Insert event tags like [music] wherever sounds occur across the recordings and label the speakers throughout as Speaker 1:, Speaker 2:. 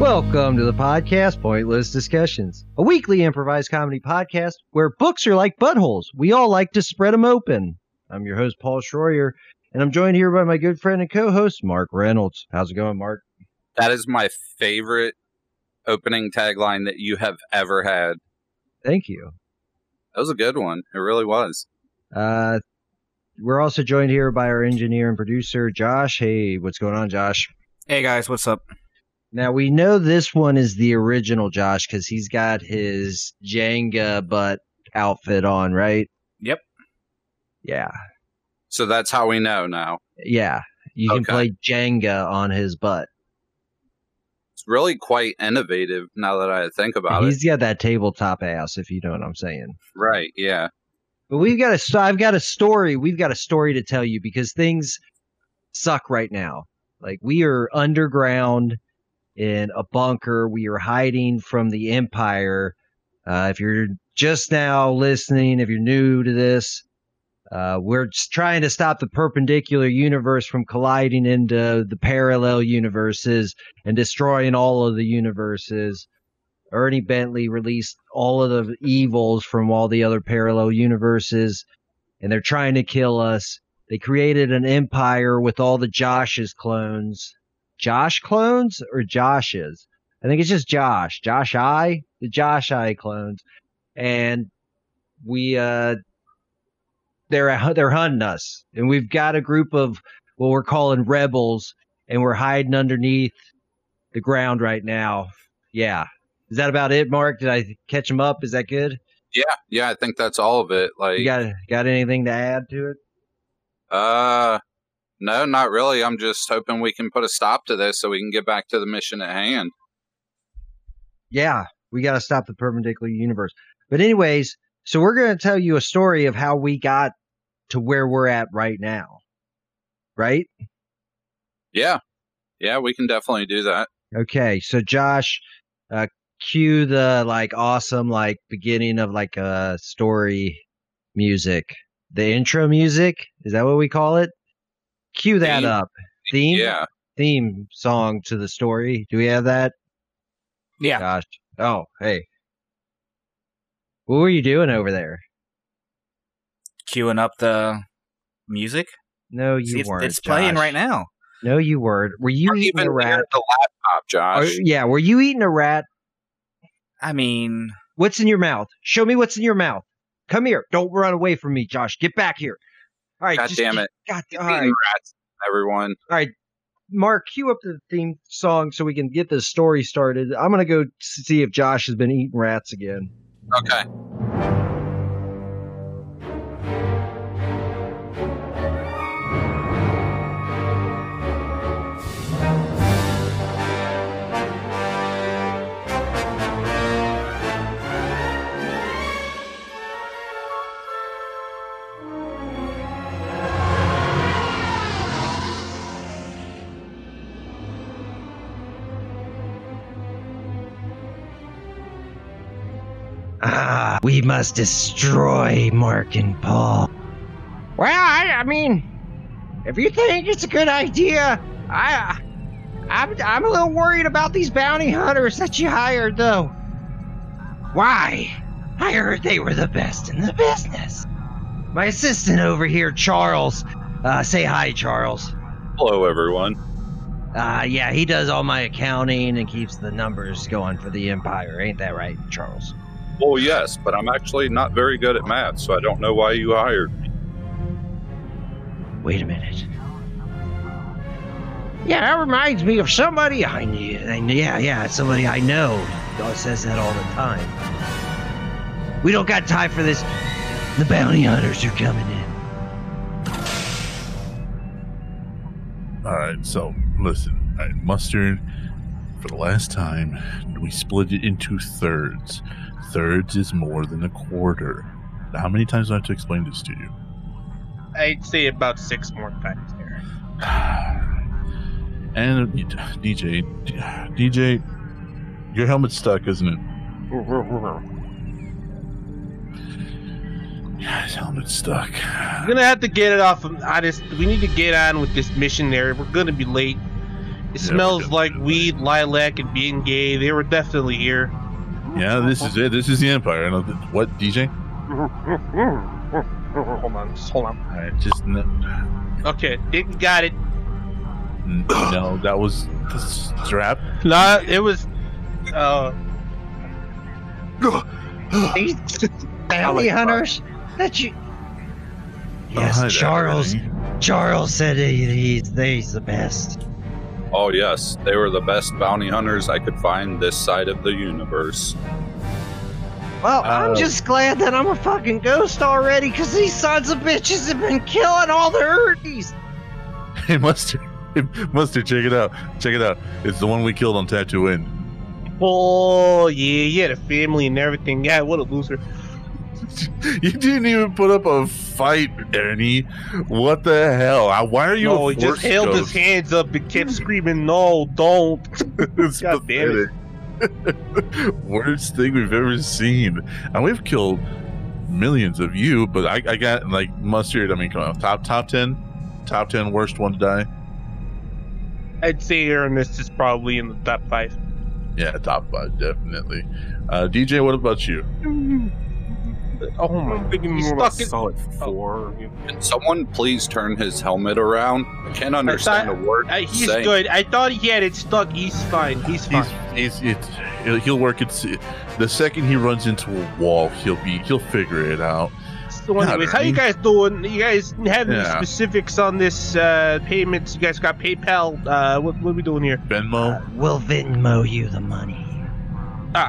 Speaker 1: Welcome to the podcast Pointless Discussions, a weekly improvised comedy podcast where books are like buttholes. We all like to spread 'em open. I'm your host, Paul Schroyer, and I'm joined here by my good friend and co host, Mark Reynolds. How's it going, Mark?
Speaker 2: That is my favorite opening tagline that you have ever had.
Speaker 1: Thank you.
Speaker 2: That was a good one. It really was.
Speaker 1: Uh, we're also joined here by our engineer and producer, Josh. Hey, what's going on, Josh?
Speaker 3: Hey guys, what's up?
Speaker 1: Now we know this one is the original Josh because he's got his Jenga butt outfit on, right?
Speaker 3: Yep.
Speaker 1: Yeah.
Speaker 2: So that's how we know now.
Speaker 1: Yeah. You can
Speaker 2: Okay.
Speaker 1: play Jenga on his butt.
Speaker 2: It's really quite innovative now that I think about it.
Speaker 1: He's got that tabletop ass, if you know what I'm saying.
Speaker 2: Right. Yeah.
Speaker 1: But we've got a sto- I've got a story. We've got a story to tell you because things suck right now. Like we are underground in a bunker. We are hiding from the empire. Uh, if you're just now listening, if you're new to this, uh, we're just trying to stop the perpendicular universe from colliding into the parallel universes and destroying all of the universes. Ernie Bentley released all of the evils from all the other parallel universes, and they're trying to kill us. They created an empire with all the Josh's clones. Josh clones or Josh's? I think it's just Josh. Josh I, the Josh I clones, and we uh, they're they're hunting us, and we've got a group of what we're calling rebels, and we're hiding underneath the ground right now. Yeah. Is that about it, Mark? Did I catch him up? Is that good?
Speaker 2: Yeah. Yeah. I think that's all of it. Like,
Speaker 1: You got got anything to add to it?
Speaker 2: uh, no, not really. I'm just hoping we can put a stop to this so we can get back to the mission at hand.
Speaker 1: Yeah, we got to stop the perpendicular universe. But anyways, so we're going to tell you a story of how we got to where we're at right now. Right?
Speaker 2: Yeah. Yeah. We can definitely do that.
Speaker 1: Okay. So Josh, uh cue the like awesome like beginning of like a uh, story music. The intro music? Is that what we call it? Cue that
Speaker 2: Theme?
Speaker 1: up. Theme?
Speaker 2: Yeah.
Speaker 1: theme song to the story. Do we have that?
Speaker 3: Yeah.
Speaker 1: Gosh. Oh, hey. What were you doing over there?
Speaker 3: Mm-hmm. Queuing up the music.
Speaker 1: No, you
Speaker 3: See, it's,
Speaker 1: weren't.
Speaker 3: it's playing
Speaker 1: Josh.
Speaker 3: right now.
Speaker 1: No, you weren't. Were you
Speaker 2: Or
Speaker 1: eating
Speaker 2: even
Speaker 1: a
Speaker 2: there
Speaker 1: rat?
Speaker 2: at the laptop, Josh.
Speaker 1: Or- yeah, were you eating a rat?
Speaker 3: I mean,
Speaker 1: What's in your mouth? Show me what's in your mouth. Come here. Don't run away from me, Josh. Get back here. All right.
Speaker 2: God
Speaker 1: just
Speaker 2: damn
Speaker 1: get-
Speaker 2: it.
Speaker 1: God, all
Speaker 2: Eating
Speaker 1: right.
Speaker 2: rats, everyone.
Speaker 1: Mark, cue up the theme song so we can get this story started. I'm going to go see if Josh has been eating rats again.
Speaker 2: Okay.
Speaker 1: Ah, we must destroy Mark and Paul. Well, I, I mean, if you think it's a good idea, I, I'm, I'm a little worried about these bounty hunters that you hired, though. Why? I heard they were the best in the business. My assistant over here, Charles. Uh, say hi, Charles.
Speaker 2: Hello, everyone.
Speaker 1: Uh, yeah, he does all my accounting and keeps the numbers going for the Empire. Ain't that right, Charles?
Speaker 2: Well, yes, but I'm actually not very good at math, so I don't know why you hired me.
Speaker 1: Wait a minute. Yeah, that reminds me of somebody I knew. I knew- Yeah, yeah, somebody I know that says that all the time. We don't got time for this. The bounty hunters are coming in.
Speaker 4: All right, so listen, I mustard for the last time. We split it into thirds. Thirds is more than a quarter. How many times do I have to explain this to you?
Speaker 5: I'd say about six more times there.
Speaker 4: And DJ, DJ, your helmet's stuck, isn't it?
Speaker 5: I'm
Speaker 4: Yeah, his helmet's stuck.
Speaker 5: gonna have to get it off. Of, I just we need to get on with this mission there. We're gonna be late. It
Speaker 4: Yeah,
Speaker 5: smells
Speaker 4: we
Speaker 5: like
Speaker 4: don't do
Speaker 5: weed, lilac, and being gay. They were definitely here.
Speaker 4: Yeah, this is it. This is the Empire. I know th- what, DJ?
Speaker 5: Hold on, just hold on.
Speaker 4: I just no,
Speaker 5: Okay, it got it.
Speaker 4: no that was the strap.
Speaker 5: Nah, it was. Uh,
Speaker 1: These [laughs] bounty hunters Oh, that you. Yes,
Speaker 4: behind
Speaker 1: Charles.
Speaker 4: everything.
Speaker 1: Charles said he, he's he's the best.
Speaker 2: Oh, yes, they were the best bounty hunters I could find this side of the universe.
Speaker 1: Well, I'm
Speaker 4: Uh,
Speaker 1: just glad that I'm a fucking ghost already, cause these sons of bitches have been killing all the herdies.
Speaker 4: [laughs] Hey, Mustard. Hey, Mustard, check it out. Check it out. It's the one we killed on Tatooine.
Speaker 5: oh yeah, yeah, the family and everything. Yeah, what a loser.
Speaker 4: [laughs] You didn't even put up a fight, Ernie. What the hell? I- Why are you?
Speaker 5: no,
Speaker 4: a
Speaker 5: he
Speaker 4: force
Speaker 5: just held his
Speaker 4: ghost?
Speaker 5: hands up and kept screaming, "No, don't!"
Speaker 4: [laughs] It's
Speaker 5: God damn it.
Speaker 4: pathetic. [laughs] Worst thing we've ever seen. And we've killed millions of you, but I, I got like mustard. I mean, come on, top top ten, top ten worst one to die.
Speaker 5: I'd say Ernest is probably in the top five.
Speaker 4: Yeah, top five definitely. Uh, DJ, what about you?
Speaker 5: Oh my! He's stuck in.
Speaker 3: solid four.
Speaker 2: Can someone please turn his helmet around? I can't understand a word.
Speaker 5: Uh, he's
Speaker 2: saying.
Speaker 5: good. I thought he had it stuck. He's fine. He's fine.
Speaker 4: He's, he's it's, he'll- he'll work it. The second he runs into a wall, he'll be he'll figure it out.
Speaker 5: So, anyways, how you guys doing? You guys have any
Speaker 4: Yeah.
Speaker 5: specifics on this uh, payments? You guys got PayPal? Uh, what, what are we doing here?
Speaker 4: Venmo.
Speaker 1: Will Venmo you the money.
Speaker 5: Ah.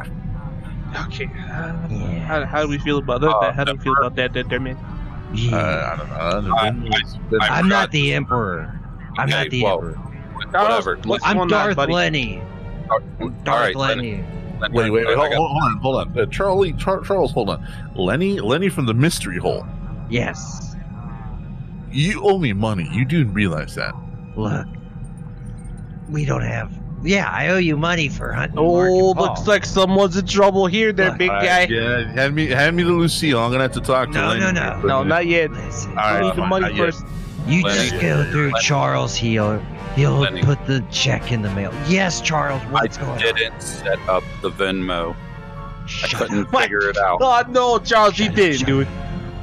Speaker 5: Okay. Uh,
Speaker 1: Yeah.
Speaker 5: how, how do we feel about that?
Speaker 2: Uh,
Speaker 5: how do we feel about that, that there, man?
Speaker 1: Yeah.
Speaker 4: Uh, I don't know. I don't know.
Speaker 2: I- I-
Speaker 4: Venmo's-
Speaker 1: I'm
Speaker 2: forgot-
Speaker 1: not the emperor. I'm
Speaker 2: Okay,
Speaker 1: not the
Speaker 2: whoa.
Speaker 1: emperor.
Speaker 2: Whatever.
Speaker 5: What's
Speaker 1: I'm
Speaker 5: going on,
Speaker 1: Darth
Speaker 5: uh, buddy?
Speaker 1: Lenny.
Speaker 2: All
Speaker 1: Darth
Speaker 2: right, Lenny,
Speaker 1: Lenny.
Speaker 2: Lenny,
Speaker 4: Wait, wait, wait.
Speaker 2: I
Speaker 4: Hold,
Speaker 2: got-
Speaker 4: hold on, hold on. Uh, Charlie, Char- Charles, hold on. Lenny, Lenny from the Mystery Hole.
Speaker 1: Yes.
Speaker 4: You owe me money. You do realize that?
Speaker 1: Look, we don't have. Yeah, I owe you money for hunting. Mark and
Speaker 5: Oh,
Speaker 1: Paul.
Speaker 5: looks like someone's in trouble here, there,
Speaker 1: Look.
Speaker 5: big
Speaker 4: All right,
Speaker 5: guy.
Speaker 4: Yeah, hand me, hand me the Lucille. I'm gonna have to talk to
Speaker 1: No,
Speaker 4: Lenny.
Speaker 1: no, no.
Speaker 5: No, not yet.
Speaker 1: Listen,
Speaker 4: All
Speaker 5: I
Speaker 4: right,
Speaker 5: need the
Speaker 4: fine,
Speaker 5: money
Speaker 4: not yet.
Speaker 5: first.
Speaker 1: you
Speaker 2: Lenny.
Speaker 1: just go through
Speaker 2: Lenny.
Speaker 1: Charles. He'll he'll
Speaker 2: Lenny.
Speaker 1: put the check in the mail. Yes, Charles. What's going on?
Speaker 2: didn't set up the Venmo. I
Speaker 1: Shut
Speaker 2: couldn't
Speaker 1: up.
Speaker 2: figure it out.
Speaker 5: Oh no, Charles, he
Speaker 1: Shut up,
Speaker 5: didn't, dude.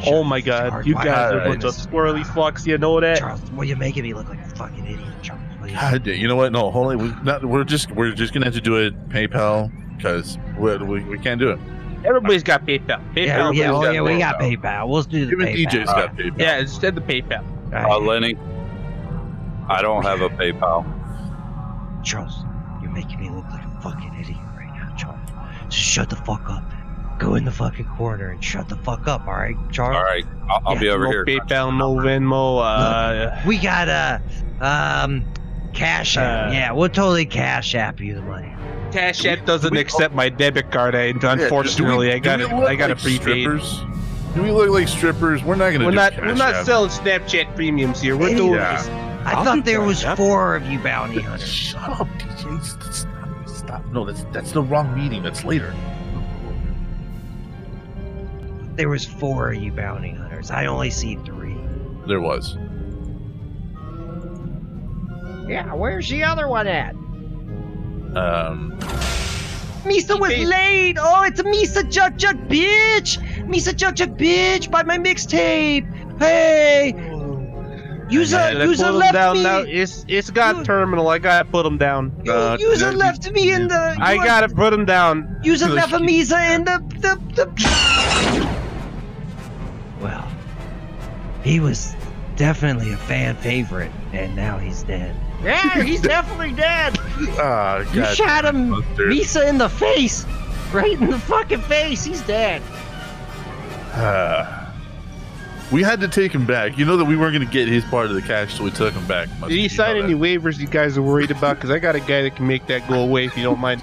Speaker 1: Shut
Speaker 5: Oh
Speaker 1: up,
Speaker 5: my god,
Speaker 1: Charles.
Speaker 5: you
Speaker 1: Why-
Speaker 5: guys are a
Speaker 4: Alright.
Speaker 5: bunch of squirrely fucks, you know that?
Speaker 1: Charles, well, you're making me look like a fucking idiot, Charles. Will
Speaker 4: [laughs]
Speaker 1: you-
Speaker 4: God, you know what? No, hold on. We, not, we're just, we're just gonna have to do it PayPal because we, we, we can't do it.
Speaker 5: Everybody's got PayPal.
Speaker 1: Yeah,
Speaker 5: PayPal.
Speaker 1: yeah,
Speaker 4: everybody's
Speaker 1: oh,
Speaker 4: got
Speaker 1: yeah, we
Speaker 4: PayPal.
Speaker 1: got PayPal. We'll do the
Speaker 4: Even
Speaker 1: PayPal.
Speaker 4: DJ's got PayPal.
Speaker 5: yeah, instead the PayPal.
Speaker 2: Uh,
Speaker 1: All right.
Speaker 2: Lenny, I don't have a PayPal.
Speaker 1: Charles, you're making me look like a fucking idiot right now, Charles. Just shut the fuck up. Go in the fucking corner and shut the fuck up, all right, Charles?
Speaker 2: All right, I'll, I'll be over
Speaker 5: no
Speaker 2: here.
Speaker 5: PayPal, no Venmo. Uh,
Speaker 1: We got a um cash app.
Speaker 5: Uh,
Speaker 1: yeah, we'll totally cash app you the money.
Speaker 5: Cash
Speaker 4: Do we-
Speaker 5: App doesn't
Speaker 4: do we-
Speaker 5: accept my debit card. I, unfortunately, I got
Speaker 4: to
Speaker 5: it. I got
Speaker 4: like
Speaker 5: a prepaid.
Speaker 4: Strippers? Do we look like strippers? We're not gonna.
Speaker 5: We're
Speaker 4: do
Speaker 5: not
Speaker 4: Cash
Speaker 5: we're not
Speaker 4: App.
Speaker 5: selling Snapchat premiums here. We're doing
Speaker 4: Yeah.
Speaker 5: this.
Speaker 1: I
Speaker 4: I'll do
Speaker 1: thought there
Speaker 4: cash
Speaker 1: was
Speaker 4: app.
Speaker 1: four of you bounty hunters.
Speaker 4: Shut up, DJ. Stop. Stop. No, that's that's the wrong meeting. That's later.
Speaker 1: There was four of you bounty hunters. I only see three.
Speaker 4: There was.
Speaker 1: Yeah, where's the other one at?
Speaker 4: Um,
Speaker 1: Misa was
Speaker 5: Babe.
Speaker 1: late. Oh, it's Misa Jug Jug Bitch. Misa Jug Jug Bitch by my mixtape. Hey, user,
Speaker 5: Yeah, Oh. let's
Speaker 1: user
Speaker 5: put 'em
Speaker 1: left
Speaker 5: down
Speaker 1: me.
Speaker 5: now. It's it's got
Speaker 1: You-
Speaker 5: terminal. I gotta put him down.
Speaker 1: You-
Speaker 4: Uh,
Speaker 1: user
Speaker 4: no,
Speaker 1: left me in the.
Speaker 5: I
Speaker 1: your-
Speaker 5: gotta put him down.
Speaker 1: User
Speaker 4: No,
Speaker 1: left
Speaker 4: you-
Speaker 1: Misa in the the the. Well, he was definitely a fan favorite, and now he's dead. Yeah, he's definitely
Speaker 5: [laughs]
Speaker 1: dead.
Speaker 4: ah,
Speaker 1: You
Speaker 4: God,
Speaker 1: shot him,
Speaker 4: Buster.
Speaker 1: Misa, in the face, right in the fucking face. He's dead.
Speaker 4: Ah. we had to take him back. You know that we weren't going to get his part of the cash, so we took him back. Mustard.
Speaker 5: Did he
Speaker 4: You
Speaker 5: sign
Speaker 4: know
Speaker 5: any
Speaker 4: that.
Speaker 5: waivers you guys are worried about? Because I got a guy that can make that go away if you don't mind.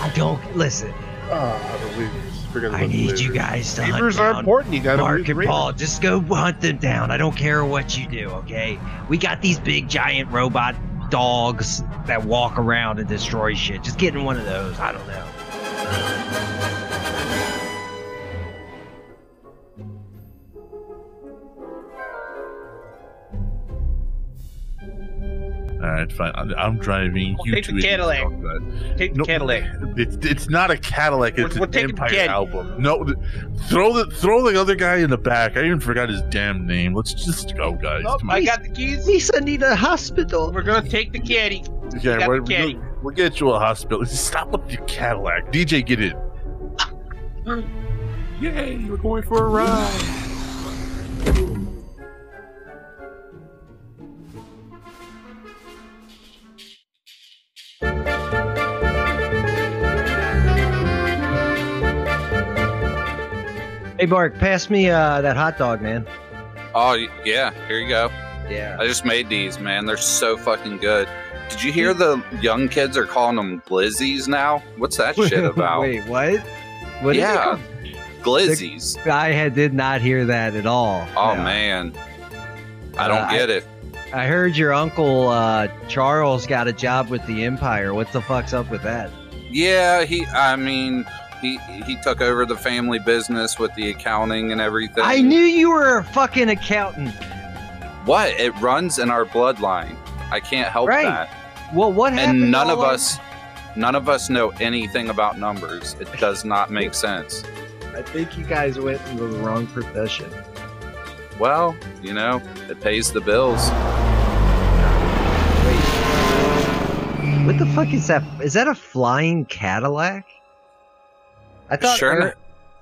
Speaker 1: I don't listen.
Speaker 4: Ah, the waivers. Forgot about
Speaker 1: I
Speaker 4: the
Speaker 1: need you
Speaker 4: waivers.
Speaker 1: guys to hunt
Speaker 5: Waivers are
Speaker 1: down
Speaker 5: important. You gotta
Speaker 1: Mark
Speaker 5: read the
Speaker 1: and
Speaker 5: waiver.
Speaker 1: Paul. Just go hunt them down. I don't care what you do, okay? We got these big giant robot dogs that walk around and destroy shit. Just get in one of those. I don't know.
Speaker 4: All All right, fine. I'm, I'm driving.
Speaker 5: We'll
Speaker 4: you
Speaker 5: take the
Speaker 4: two idiots
Speaker 5: Cadillac.
Speaker 4: outside.
Speaker 5: Take the
Speaker 4: Nope.
Speaker 5: Cadillac.
Speaker 4: It's, it's not a Cadillac.
Speaker 5: We'll-
Speaker 4: It's
Speaker 5: we'll
Speaker 4: an
Speaker 5: take the
Speaker 4: Empire
Speaker 5: Cad-
Speaker 4: album. No, th- throw the throw the other guy in the back. I even forgot his damn name. Let's just go, guys.
Speaker 5: Nope,
Speaker 4: Come on.
Speaker 5: I got the keys.
Speaker 1: Lisa need a hospital.
Speaker 5: We're gonna take the caddy.
Speaker 4: yeah,
Speaker 5: got
Speaker 4: we're- we'll,
Speaker 5: the Caddy.
Speaker 4: we'll get you a hospital. Stop with your Cadillac, DJ. Get in. Yay! We're going for a ride.
Speaker 1: Hey, Bark, pass me uh, that hot dog, man.
Speaker 2: Oh y- yeah, here you go.
Speaker 1: Yeah.
Speaker 2: I just made these, man. They're so fucking good. Did you hear the young kids are calling them glizzies now? What's [laughs] that shit
Speaker 1: [laughs]
Speaker 2: about?
Speaker 1: Wait, what? What? is
Speaker 2: yeah, glizzies.
Speaker 1: it? I had, did not hear that at all.
Speaker 2: Oh
Speaker 1: No.
Speaker 2: man, I don't
Speaker 1: Uh,
Speaker 2: get it.
Speaker 1: I heard your uncle uh, Charles got a job with the Empire. What the fuck's up with that?
Speaker 2: Yeah, he. I mean, he he took over the family business with the accounting and everything.
Speaker 1: I knew you were a fucking accountant.
Speaker 2: what it runs in our bloodline. I can't help
Speaker 1: Right.
Speaker 2: that.
Speaker 1: Well, what happened?
Speaker 2: And none
Speaker 1: all
Speaker 2: of
Speaker 1: over-
Speaker 2: us, none of us know anything about numbers. It does not make sense.
Speaker 1: I think you guys went into the wrong profession.
Speaker 2: Well, you know, it pays the bills.
Speaker 1: What the fuck is that? Is that a flying Cadillac? I thought.
Speaker 2: Sure.
Speaker 1: Er-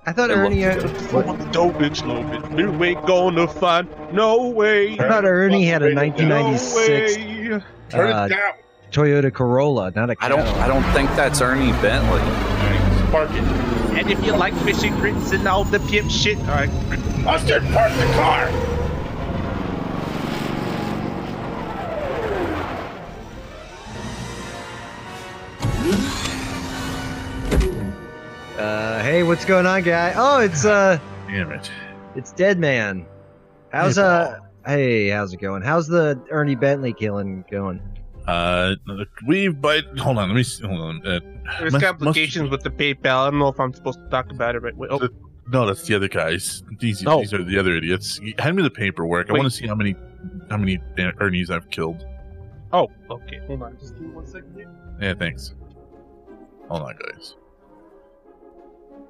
Speaker 1: I thought
Speaker 2: It
Speaker 1: Ernie.
Speaker 2: looked
Speaker 1: Had,
Speaker 5: Going dope, bitch, low bitch. We ain't gonna find no way.
Speaker 1: I thought Ernie had a 1996
Speaker 5: No way.
Speaker 4: Turn
Speaker 1: Uh,
Speaker 4: it down.
Speaker 1: Toyota Corolla, not a
Speaker 2: I don't.
Speaker 1: Cadillac.
Speaker 2: I don't think that's Ernie Bentley.
Speaker 4: Park it.
Speaker 5: And if you like fishing grits and all the pimp shit, all right.
Speaker 4: Mustard, park the car.
Speaker 1: Uh, hey, what's going on, guy? Oh, it's uh,
Speaker 4: Damn it.
Speaker 1: it's Dead Man. How's
Speaker 4: Hey,
Speaker 1: uh? Hey, how's it going? How's the Ernie Bentley killing going?
Speaker 4: Uh, we but hold on. Let me see. Hold on. Uh,
Speaker 5: There's
Speaker 4: Must-
Speaker 5: complications with the PayPal. I don't know if I'm supposed to talk about it right away. Oh,
Speaker 4: The- no, that's the other guys. These,
Speaker 5: No.
Speaker 4: these are the other idiots. Hand me the paperwork. I
Speaker 5: Wait.
Speaker 4: want to see how many how many uh, Ernie's I've killed.
Speaker 5: oh, okay. Hold on. Just give me one second here.
Speaker 4: Yeah, thanks. Hold on, guys.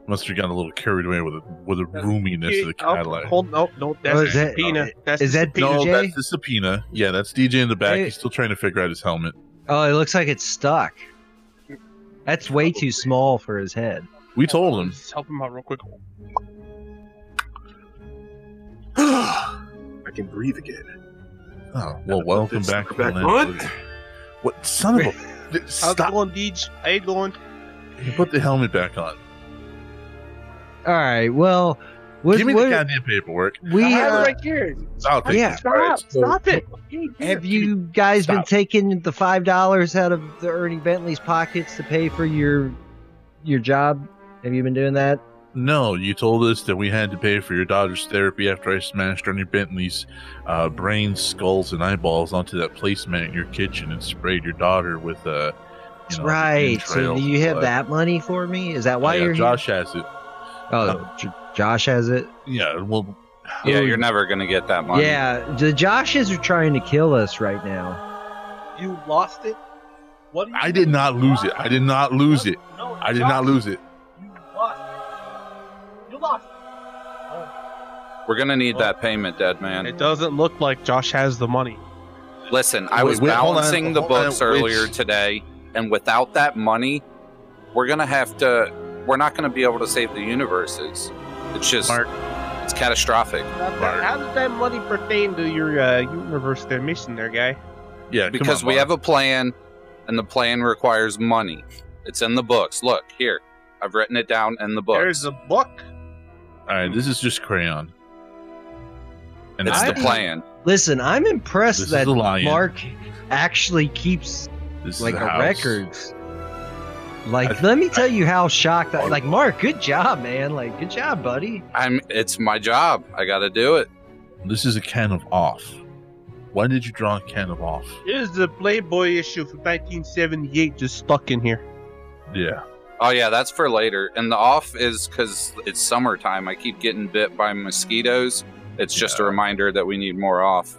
Speaker 4: Must have gotten a little carried away with the, with the roominess of the
Speaker 5: Oh,
Speaker 4: Cadillac.
Speaker 5: hold no, no, that's
Speaker 1: Oh,
Speaker 5: the
Speaker 1: is that-
Speaker 5: subpoena. That's
Speaker 1: is
Speaker 5: the
Speaker 1: that
Speaker 5: subpoena.
Speaker 4: no,
Speaker 1: DJ?
Speaker 4: that's the subpoena. Yeah, that's DJ in the back.
Speaker 1: Hey.
Speaker 4: He's still trying to figure out his helmet.
Speaker 1: Oh, it looks like it's stuck. That's way too small for his head.
Speaker 4: We
Speaker 1: [laughs]
Speaker 4: told him.
Speaker 5: Just help him out real quick.
Speaker 6: I can breathe again.
Speaker 4: Oh, well, welcome
Speaker 6: It's
Speaker 4: back.
Speaker 6: back
Speaker 4: Glenn.
Speaker 6: on.
Speaker 4: What son
Speaker 1: [laughs]
Speaker 4: of a?
Speaker 5: How's it
Speaker 4: Stop!
Speaker 5: going, Deej? How you going?
Speaker 4: Put the helmet back on.
Speaker 1: All right. Well, what,
Speaker 4: Give me
Speaker 1: what-
Speaker 4: the goddamn paperwork.
Speaker 1: we
Speaker 5: I have it
Speaker 1: uh,
Speaker 5: right here.
Speaker 4: I'll take
Speaker 1: Yeah.
Speaker 4: it.
Speaker 5: Stop!
Speaker 6: All right, so-
Speaker 5: stop it!
Speaker 1: have you guys been
Speaker 4: Stop.
Speaker 1: taking the five dollars out of the Ernie Bentley's pockets to pay for your your job? Have you been doing that?
Speaker 4: No, you told us that we had to pay for your daughter's therapy after I smashed Ernie Bentley's uh, brains, skulls, and eyeballs onto that placemat in your kitchen and sprayed your daughter with Uh, you
Speaker 1: That's
Speaker 4: know,
Speaker 1: right. So
Speaker 4: entrails
Speaker 1: do
Speaker 4: and
Speaker 1: you have
Speaker 4: blood.
Speaker 1: that money for me? Is that why
Speaker 4: yeah,
Speaker 1: you're
Speaker 4: Josh has it.
Speaker 1: here? Oh, J- Josh has it.
Speaker 4: Yeah, well,
Speaker 2: Yeah,
Speaker 1: Ooh.
Speaker 2: you're never gonna get that money.
Speaker 1: Yeah, the Joshes are trying to kill us right now.
Speaker 5: You lost it. What?
Speaker 4: I did not lose it. I did not lose it.
Speaker 5: No,
Speaker 4: I did not lose it.
Speaker 5: You lost. You lost.
Speaker 2: we're gonna need that payment, dead man.
Speaker 5: It doesn't look like Josh has the money.
Speaker 2: Listen, I
Speaker 4: Wait,
Speaker 2: was
Speaker 4: wait, hold on,
Speaker 2: balancing the
Speaker 4: hold on,
Speaker 2: books
Speaker 4: which-
Speaker 2: earlier today, and without that money, we're gonna have to. We're not gonna be able to save the universes. It's just,
Speaker 4: Mark.
Speaker 2: it's catastrophic
Speaker 4: Right.
Speaker 5: How does that money pertain to your uh, universe their mission, there, guy?
Speaker 4: Yeah, come
Speaker 2: because
Speaker 4: on,
Speaker 2: we
Speaker 4: Mark.
Speaker 2: have a plan, and the plan requires money. It's in the books. Look here, I've written it down in the book.
Speaker 5: There's a book.
Speaker 4: All right, this is just crayon. And
Speaker 2: it's
Speaker 4: I-
Speaker 2: the plan.
Speaker 1: Listen, I'm impressed
Speaker 4: This is
Speaker 1: that
Speaker 4: a lion.
Speaker 1: Mark actually keeps
Speaker 4: This
Speaker 1: like
Speaker 4: is
Speaker 1: a
Speaker 4: house.
Speaker 1: records. Like,
Speaker 4: I-
Speaker 1: let me tell you how shocked I like. Mark, good job, man. Like, good job, buddy.
Speaker 2: I'm. It's my job. I got to do it.
Speaker 4: This is a can of off. Why did you draw a can of off?
Speaker 5: Here's the Playboy issue from 1978 just stuck in here.
Speaker 4: Yeah.
Speaker 2: Oh yeah, that's for later. And the off is because it's summertime. I keep getting bit by mosquitoes. It's just a reminder that we need more off.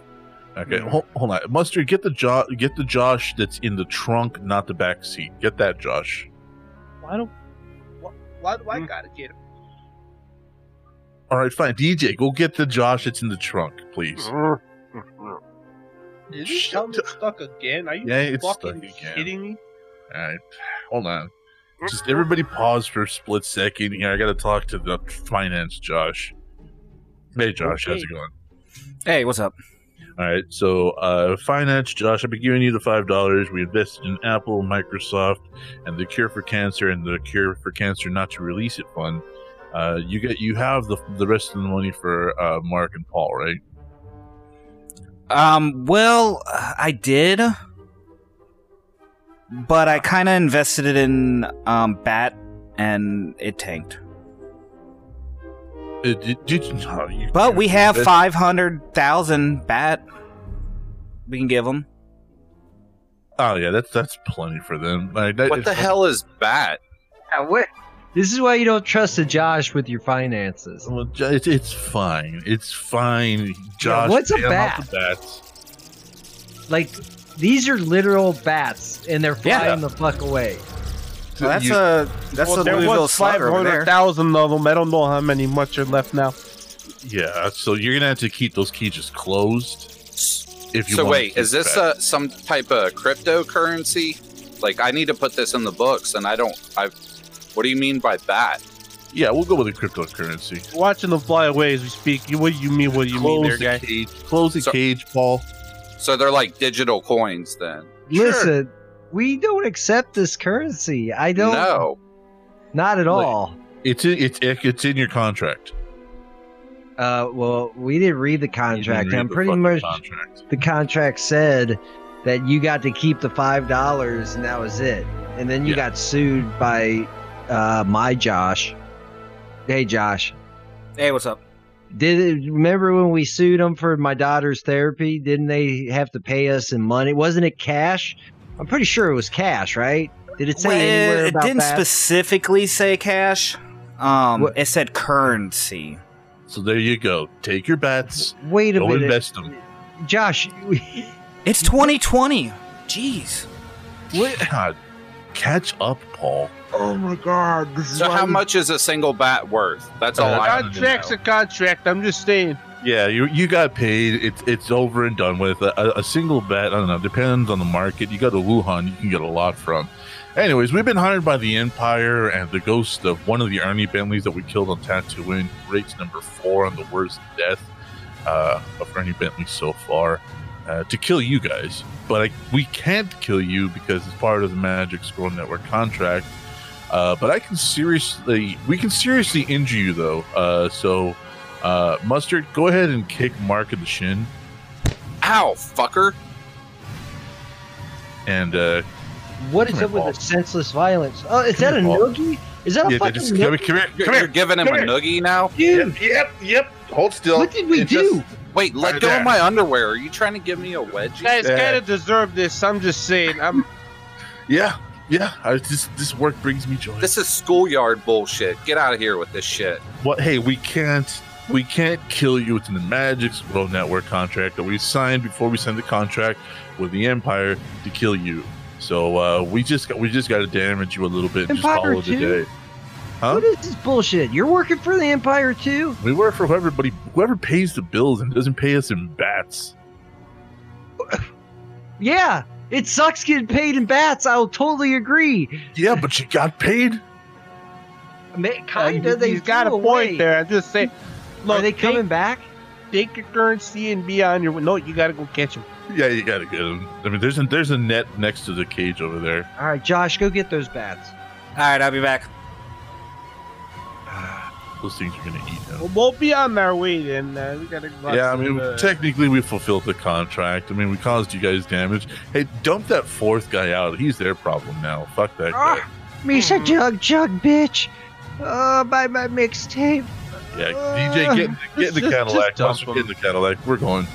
Speaker 4: Okay, hold, hold on. Mustard, get the jo- get the Josh that's in the trunk, not the back seat. Get that Josh.
Speaker 5: Why don't? Why, why do I gotta get him?
Speaker 4: All right, fine. DJ, go get the Josh that's in the trunk, please.
Speaker 5: Mm-hmm. Is
Speaker 4: Shh.
Speaker 5: this helmet stuck again? Are you
Speaker 4: Yeah, it's
Speaker 5: fucking
Speaker 4: stuck again.
Speaker 5: kidding me?
Speaker 4: All right, hold on. Just everybody pause for a split second here. I got to talk to the finance Josh. Hey, Josh, how's it
Speaker 5: Okay.
Speaker 4: going?
Speaker 3: Hey, what's up?
Speaker 4: All right, so uh, finance, Josh, I've been giving you the five dollars. We invested in Apple, Microsoft, and the Cure for Cancer and the Cure for Cancer Not to Release It Fund. Uh, you get you have the the rest of the money for uh, Mark and Paul, right?
Speaker 3: Um, well, I did, but I kind of invested it in um Bat, and it tanked.
Speaker 4: Uh, did, did you, no, you-
Speaker 3: But we have
Speaker 4: invest-
Speaker 3: five hundred thousand Bat. We can give them.
Speaker 4: Oh yeah, that's that's plenty for them. Like, that
Speaker 2: What
Speaker 4: is-
Speaker 2: the hell is bat?
Speaker 1: This is why you don't trust a Josh with your finances.
Speaker 4: Well, Jo- it's, it's fine. It's fine. Josh,
Speaker 1: what's a
Speaker 4: pay 'em off
Speaker 1: bat?
Speaker 4: the bats.
Speaker 1: Like these are literal bats, and they're
Speaker 3: Yeah.
Speaker 1: flying the fuck away.
Speaker 3: Well, Oh, that's
Speaker 4: You-
Speaker 3: a that's
Speaker 5: Well,
Speaker 3: a
Speaker 5: there
Speaker 3: Louisville
Speaker 5: was five
Speaker 3: slugger over
Speaker 5: hundred
Speaker 3: there.
Speaker 5: thousand of them. I don't know how many much are left now.
Speaker 4: yeah. So you're gonna have to keep those keys just closed. If you
Speaker 2: So
Speaker 4: want
Speaker 2: wait,
Speaker 4: to
Speaker 2: is this
Speaker 4: a
Speaker 2: uh some type of cryptocurrency? Like I need to put this in the books, and I don't. I. What do you mean by bat?
Speaker 4: yeah? We'll go with a cryptocurrency.
Speaker 5: Watching them fly away as we speak. You, what do you mean? What do you mean,
Speaker 4: Close
Speaker 5: there,
Speaker 4: the
Speaker 5: guy?
Speaker 4: cage. Close the
Speaker 2: So-
Speaker 4: cage, Paul.
Speaker 2: So they're like digital coins then?
Speaker 1: Listen, we don't accept this currency. I don't.
Speaker 2: No.
Speaker 1: Not at
Speaker 4: Like-
Speaker 1: all.
Speaker 4: It's in, it's it's in your contract.
Speaker 1: Uh, well, we didn't read the
Speaker 4: You didn't
Speaker 1: contract.
Speaker 4: read
Speaker 1: I'm
Speaker 4: the
Speaker 1: pretty
Speaker 4: fucking
Speaker 1: much
Speaker 4: contract.
Speaker 1: the contract said that you got to keep the five dollars, and that was it. And then you
Speaker 4: Yeah.
Speaker 1: got sued by uh, my Josh. Hey, Josh.
Speaker 3: Hey, what's up?
Speaker 1: Did it, remember when we sued them for my daughter's therapy? Didn't they have to pay us in money? Wasn't it cash? I'm pretty sure it was cash, right? Did it say
Speaker 3: Well,
Speaker 1: anywhere
Speaker 3: it
Speaker 1: about
Speaker 3: didn't
Speaker 1: that?
Speaker 3: specifically say cash. Um,
Speaker 1: What-
Speaker 3: it said currency.
Speaker 4: So there you go. Take your bets.
Speaker 1: Wait a
Speaker 4: Go
Speaker 1: minute,
Speaker 4: invest them.
Speaker 1: Josh. [laughs]
Speaker 3: It's 2020. Jeez.
Speaker 4: God, catch up, Paul.
Speaker 5: Oh my god! This
Speaker 2: So how much is a single bat worth? That's all
Speaker 4: Uh,
Speaker 2: I.
Speaker 4: don't
Speaker 5: Contract's
Speaker 4: know.
Speaker 5: a contract. I'm just saying.
Speaker 4: Yeah, you you got paid. It's it's over and done with. A, a- a single bet, I don't know, depends on the market. You go to Wuhan, you can get a lot from. Anyways, we've been hired by the Empire and the ghost of one of the Ernie Bentleys that we killed on Tatooine rates number four on the worst death uh, of Ernie Bentley so far uh, to kill you guys. But I, we can't kill you because it's part of the Magic Scroll Network contract. Uh, but I can seriously, we can seriously injure you though. Uh, so uh, Mustard, go ahead and kick Mark in the shin,
Speaker 2: Ow, fucker!
Speaker 4: and uh,
Speaker 1: What is
Speaker 4: Come
Speaker 1: up
Speaker 4: here,
Speaker 1: with the senseless violence? Oh, is that a
Speaker 4: Come here, Paul.
Speaker 1: noogie? Is that a
Speaker 4: yeah,
Speaker 1: fucking
Speaker 4: just come,
Speaker 1: noogie?
Speaker 4: here, come here,
Speaker 2: You're,
Speaker 4: come
Speaker 2: you're
Speaker 4: here.
Speaker 2: giving him a
Speaker 4: Come
Speaker 2: noogie now.
Speaker 1: Dude,
Speaker 4: Yep, yep. Hold still.
Speaker 1: what did we
Speaker 4: It
Speaker 1: do?
Speaker 4: just-
Speaker 2: Wait, let
Speaker 4: Right
Speaker 2: go
Speaker 4: there.
Speaker 2: of my underwear. Are you trying to give me a wedgie?
Speaker 5: Guys
Speaker 4: Yeah.
Speaker 5: kind of deserve this. I'm just saying. I'm.
Speaker 4: yeah, yeah. I just this work brings me joy.
Speaker 2: This is schoolyard bullshit. Get out of here with this shit.
Speaker 4: what? Hey, we can't. We can't kill you. It's in the Magic Scroll Network contract that we signed before we signed the contract with the Empire to kill you. So uh, we just got we just got to damage you a little bit and just
Speaker 1: Empire
Speaker 4: call it a
Speaker 1: too?
Speaker 4: day. Huh?
Speaker 1: What is this bullshit? You're working for the Empire too?
Speaker 4: We work for whoever, but whoever pays the bills and doesn't pay us in bats.
Speaker 1: Yeah, it sucks getting paid in bats. I'll totally agree.
Speaker 4: Yeah, but you got paid.
Speaker 1: I mean, [laughs] Kinda,
Speaker 5: Uh, you-
Speaker 1: they
Speaker 5: you got a
Speaker 1: flew away.
Speaker 5: point there. I'm just saying. Look,
Speaker 1: Are they
Speaker 5: take-
Speaker 1: coming back?
Speaker 5: Take your currency and be on your. No, you gotta go catch him.
Speaker 4: Yeah, you gotta get him. I mean, there's a there's a net next to the cage over there.
Speaker 1: All right, Josh, go get those bats.
Speaker 3: All right, I'll be back.
Speaker 4: Those things are gonna eat him.
Speaker 5: We'll, we'll be on our way then. Uh, we gotta. Go uh,
Speaker 4: Yeah, I
Speaker 5: out to
Speaker 4: mean,
Speaker 5: the- [laughs]
Speaker 4: technically we fulfilled the contract. I mean, we caused you guys damage. Hey, dump that fourth guy out. He's their problem now. Fuck that guy.
Speaker 1: Misha
Speaker 5: Mhm.
Speaker 1: Jug Jug, bitch. Uh, buy my mixtape.
Speaker 4: Yeah, DJ, get in the, get in the
Speaker 5: Just-
Speaker 4: Cadillac.
Speaker 5: just dump
Speaker 4: Monster, Get in the Cadillac. We're going.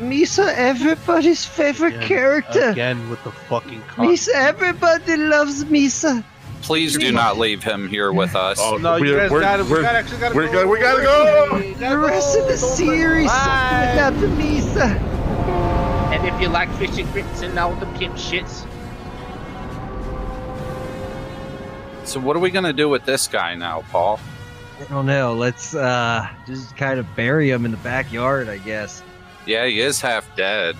Speaker 1: Misa, everybody's favorite
Speaker 5: Yeah, Uh,
Speaker 1: character.
Speaker 5: Again with the fucking. con-
Speaker 1: Misa, everybody loves Misa.
Speaker 2: Please do not leave him here with us.
Speaker 4: Oh,
Speaker 5: No, you
Speaker 4: we're-
Speaker 5: guys
Speaker 4: we're-
Speaker 5: gotta, we
Speaker 4: we're-
Speaker 5: gotta actually gotta
Speaker 4: we're
Speaker 5: go.
Speaker 4: go- we gotta go!
Speaker 5: We gotta
Speaker 1: The rest
Speaker 5: go.
Speaker 1: of the
Speaker 5: Don't
Speaker 1: series
Speaker 5: forget- Bye.
Speaker 1: without the Misa.
Speaker 6: And if you like fish and grits and all the pimp shits,
Speaker 2: So what are we gonna do with this guy now, Paul?
Speaker 1: I don't know. Let's uh just kind of bury him in the backyard, I guess.
Speaker 2: Yeah, he is half dead.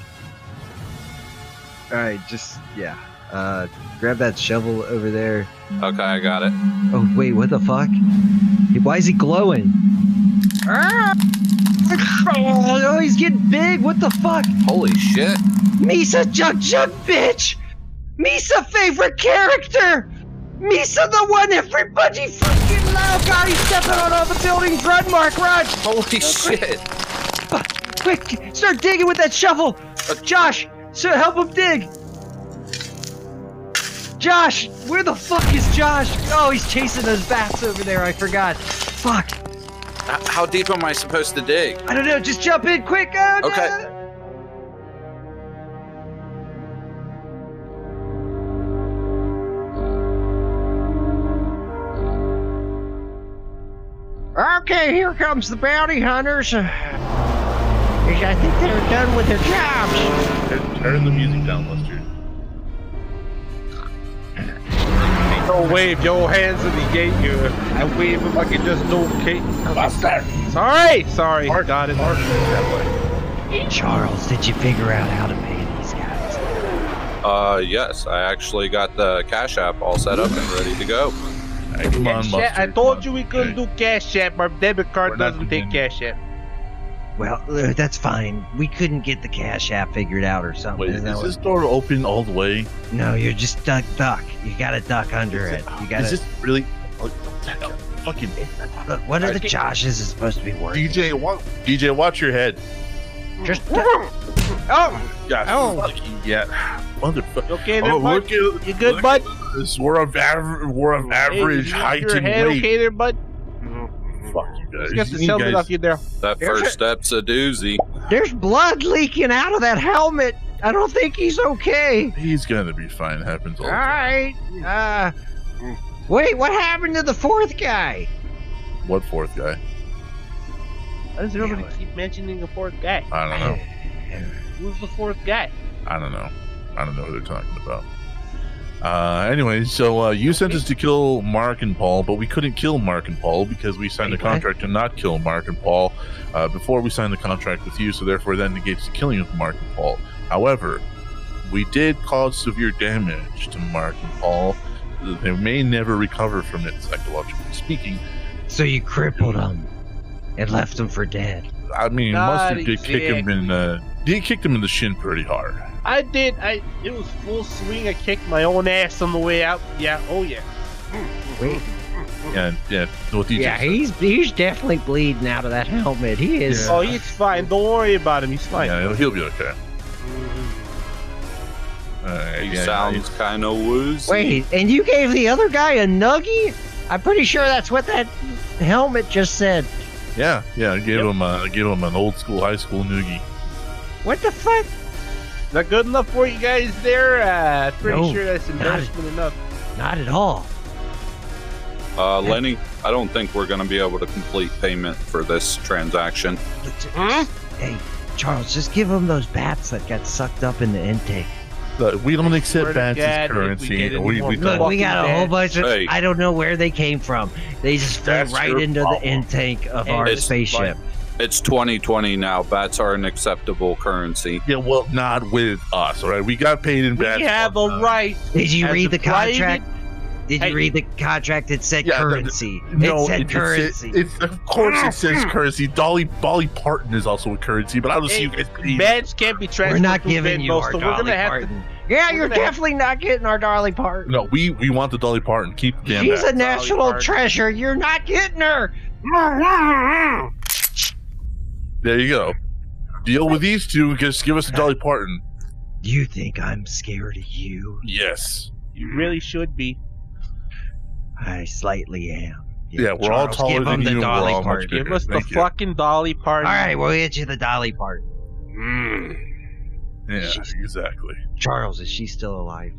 Speaker 1: All right, just yeah. Uh, grab that shovel over there.
Speaker 2: Okay, I got it.
Speaker 1: Oh wait, what the fuck? Why is he glowing? Ah! Oh, he's getting big. What the fuck?
Speaker 2: Holy shit!
Speaker 1: Misa Jug Jug bitch! Misa favorite character! Misa the one everybody fucking love! God, he's stepping on all the buildings! Run, Mark, run!
Speaker 2: Holy shit!
Speaker 1: Quick, start digging with that shovel! Uh, Josh, sir, help him dig! Josh, where the fuck is Josh? Oh, he's chasing those bats over there, I forgot. Fuck,
Speaker 2: H- How deep am I supposed to dig?
Speaker 1: I don't know, just jump in quick! Oh, no.
Speaker 2: Okay.
Speaker 7: Okay, here comes the bounty hunters. Uh, I think they're done with their jobs.
Speaker 4: Turn, turn the music down, Lester.
Speaker 5: Don't wave your hands in the gate. You, I wave them like it just don't care. Sorry, sorry, got it.
Speaker 1: Charles, did you figure out how to pay these guys?
Speaker 2: Uh, yes, I actually got the Cash App all set up and ready to go.
Speaker 4: Hey, come on,
Speaker 5: Cash
Speaker 4: Mustard.
Speaker 5: App. I told you we couldn't do cash app. Our debit
Speaker 4: We're
Speaker 5: card
Speaker 4: not
Speaker 5: doesn't take
Speaker 4: doing
Speaker 5: cash app.
Speaker 1: Well, uh, that's fine. We couldn't get the cash app figured out or something.
Speaker 4: Wait,
Speaker 1: Is
Speaker 4: is
Speaker 1: that
Speaker 4: this door open all the way?
Speaker 1: what- No, you're just duck duck. You gotta duck under
Speaker 4: Is
Speaker 1: it.
Speaker 4: it-
Speaker 1: You
Speaker 4: Is
Speaker 1: gotta
Speaker 4: this really? oh, Fucking
Speaker 1: look. What are the
Speaker 6: Okay.
Speaker 1: Joshes is supposed to be worth?
Speaker 4: DJ, wa- DJ, watch your head.
Speaker 1: Just
Speaker 5: Oh,
Speaker 4: Yeah.
Speaker 5: Oh.
Speaker 4: fucking yeah. Motherfucker.
Speaker 5: you okay there,
Speaker 4: Oh,
Speaker 5: bud?
Speaker 4: look at
Speaker 5: You good,
Speaker 4: look
Speaker 5: bud?
Speaker 4: this. We're of average. We're of average
Speaker 5: hey, you-
Speaker 4: height
Speaker 5: your
Speaker 4: and
Speaker 5: head
Speaker 4: weight.
Speaker 5: Okay there, bud?
Speaker 4: Fuck you guys.
Speaker 5: Just got the
Speaker 4: You
Speaker 5: helmet
Speaker 4: guys-
Speaker 5: off you there.
Speaker 2: That
Speaker 1: There's
Speaker 2: first step's a doozy.
Speaker 1: there's blood leaking out of that helmet. I don't think he's okay.
Speaker 4: He's gonna be fine. It happens all.
Speaker 1: All
Speaker 4: the time.
Speaker 1: right. Uh, wait. What happened to the fourth guy?
Speaker 4: What fourth guy?
Speaker 5: Why does everybody keep mentioning the fourth guy?
Speaker 4: I don't know.
Speaker 5: Who's the fourth guy?
Speaker 4: I don't know. I don't know who they're talking about. Uh, anyway, so uh, you sent us to kill Mark and Paul, but we couldn't kill Mark and Paul because we signed a
Speaker 1: Wait, what?
Speaker 4: contract to not kill Mark and Paul uh, before we signed the contract with you, so therefore that negates the killing of Mark and Paul. However, we did cause severe damage to Mark and Paul. They may never recover from it, psychologically speaking.
Speaker 1: So you crippled him and left him for dead.
Speaker 4: I mean,
Speaker 5: Not
Speaker 4: Mustard did kick him in the. He kicked him in the shin pretty hard.
Speaker 5: I did. I it was full swing. I kicked my own ass on the way out. Yeah. Oh yeah.
Speaker 4: And yeah, what DJ
Speaker 1: Yeah,
Speaker 4: said.
Speaker 1: he's he's definitely bleeding out of that helmet. He is.
Speaker 5: Oh, he's fine. Don't worry about him. He's fine. Mm-hmm.
Speaker 4: Yeah, he'll- he'll be okay. Uh,
Speaker 2: He
Speaker 4: yeah,
Speaker 2: sounds kind of woozy.
Speaker 1: Wait, and you gave the other guy a nuggie? I'm pretty sure that's what that helmet just said.
Speaker 4: Yeah, yeah. I gave him a I gave him an old school high school noogie.
Speaker 1: What the fuck?
Speaker 5: Not good enough for you guys there. Uh, pretty
Speaker 1: No,
Speaker 5: sure that's embarrassment enough.
Speaker 1: Not at all.
Speaker 2: Uh, Lenny, I don't think we're gonna be able to complete payment for this transaction.
Speaker 1: But j- Hey, Charles, just give him those bats that got sucked up in the intake.
Speaker 4: But we don't accept
Speaker 5: Swear to
Speaker 4: bats
Speaker 5: God,
Speaker 4: as
Speaker 5: if we
Speaker 4: currency.
Speaker 5: get any
Speaker 4: we,
Speaker 5: more
Speaker 4: we
Speaker 1: Look,
Speaker 4: don't.
Speaker 5: money-
Speaker 1: we got a
Speaker 5: Fucking
Speaker 1: whole bunch of.
Speaker 2: Hey.
Speaker 1: I don't know where they came from. They just fell
Speaker 4: That's
Speaker 1: right
Speaker 4: your
Speaker 1: into the
Speaker 4: problem.
Speaker 1: intake of
Speaker 5: And
Speaker 1: our
Speaker 2: it's
Speaker 1: spaceship.
Speaker 2: It's 2020 now. Bats are an acceptable currency.
Speaker 4: Yeah, well, not with us. All right, we got paid in uh,
Speaker 5: We
Speaker 4: bats.
Speaker 5: have a right.
Speaker 1: Did you
Speaker 5: as
Speaker 1: read
Speaker 5: a
Speaker 1: the
Speaker 5: private-
Speaker 1: contract? Did
Speaker 5: Hey.
Speaker 1: you read the contract? It said
Speaker 4: Yeah, the- the-
Speaker 1: currency.
Speaker 4: No,
Speaker 1: it said
Speaker 4: it-
Speaker 1: currency.
Speaker 4: It's, it's, of course it says currency. Dolly Dolly Parton is also a currency, but I don't see you guys paying.
Speaker 5: Beds can't be transferred.
Speaker 1: We're not
Speaker 5: to
Speaker 1: giving
Speaker 5: Venmo,
Speaker 1: you our
Speaker 5: so
Speaker 1: Dolly
Speaker 5: we're gonna have to.
Speaker 1: Parton. Yeah,
Speaker 5: we're
Speaker 1: you're
Speaker 5: gonna have-
Speaker 1: definitely not getting our Dolly Parton.
Speaker 4: No, we we want the Dolly Parton. Keep the damn
Speaker 1: She's
Speaker 4: bat.
Speaker 1: a national
Speaker 5: Parton.
Speaker 1: treasure. You're not getting her.
Speaker 4: There you go. Deal with these two. Just give us the Dolly Parton.
Speaker 1: You think I'm scared of you?
Speaker 4: Yes.
Speaker 5: You really should be.
Speaker 1: I slightly am.
Speaker 4: Yeah, we're all
Speaker 1: Charles,
Speaker 4: taller
Speaker 1: give
Speaker 4: than
Speaker 1: him the
Speaker 4: you, and we're
Speaker 1: Dolly
Speaker 4: all much
Speaker 1: Parton.
Speaker 4: bigger.
Speaker 5: Give us the
Speaker 4: Thank you.
Speaker 5: fucking Dolly Parton.
Speaker 1: All right, we'll get you the Dolly Parton.
Speaker 4: Yeah, exactly.
Speaker 1: Charles, is she still alive?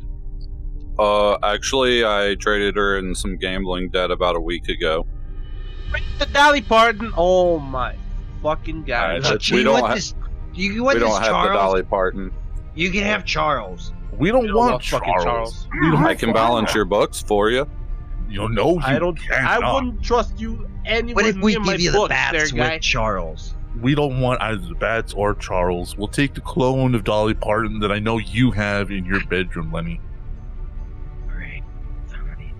Speaker 2: Uh, actually, I traded her in some gambling debt about a week ago.
Speaker 5: Bring the Dolly Parton. Oh my fucking
Speaker 2: All
Speaker 5: god.
Speaker 2: right,
Speaker 1: Do
Speaker 2: we
Speaker 1: you
Speaker 2: don't
Speaker 1: want
Speaker 2: have-
Speaker 1: this? do You want
Speaker 2: we
Speaker 1: this
Speaker 2: don't have the
Speaker 1: Charles?
Speaker 2: Dolly [clears throat] Parton.
Speaker 1: You can have Charles.
Speaker 4: We don't,
Speaker 5: We don't
Speaker 4: want,
Speaker 5: want fucking
Speaker 4: Charles.
Speaker 5: Charles.
Speaker 4: We don't
Speaker 2: I can
Speaker 4: want
Speaker 2: balance
Speaker 4: Charles.
Speaker 2: your books for you.
Speaker 4: You know you
Speaker 5: I don't.
Speaker 4: cannot.
Speaker 5: I wouldn't trust you anywhere
Speaker 1: What if we
Speaker 5: near my
Speaker 1: give you the
Speaker 5: books
Speaker 1: bats
Speaker 5: there, guy.
Speaker 1: with Charles?
Speaker 4: We don't want either the bats or Charles. We'll take the clone of Dolly Parton that I know you have in your bedroom, Lenny.
Speaker 1: All right. Somebody-